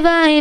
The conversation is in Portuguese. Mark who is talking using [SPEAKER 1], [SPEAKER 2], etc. [SPEAKER 1] vai,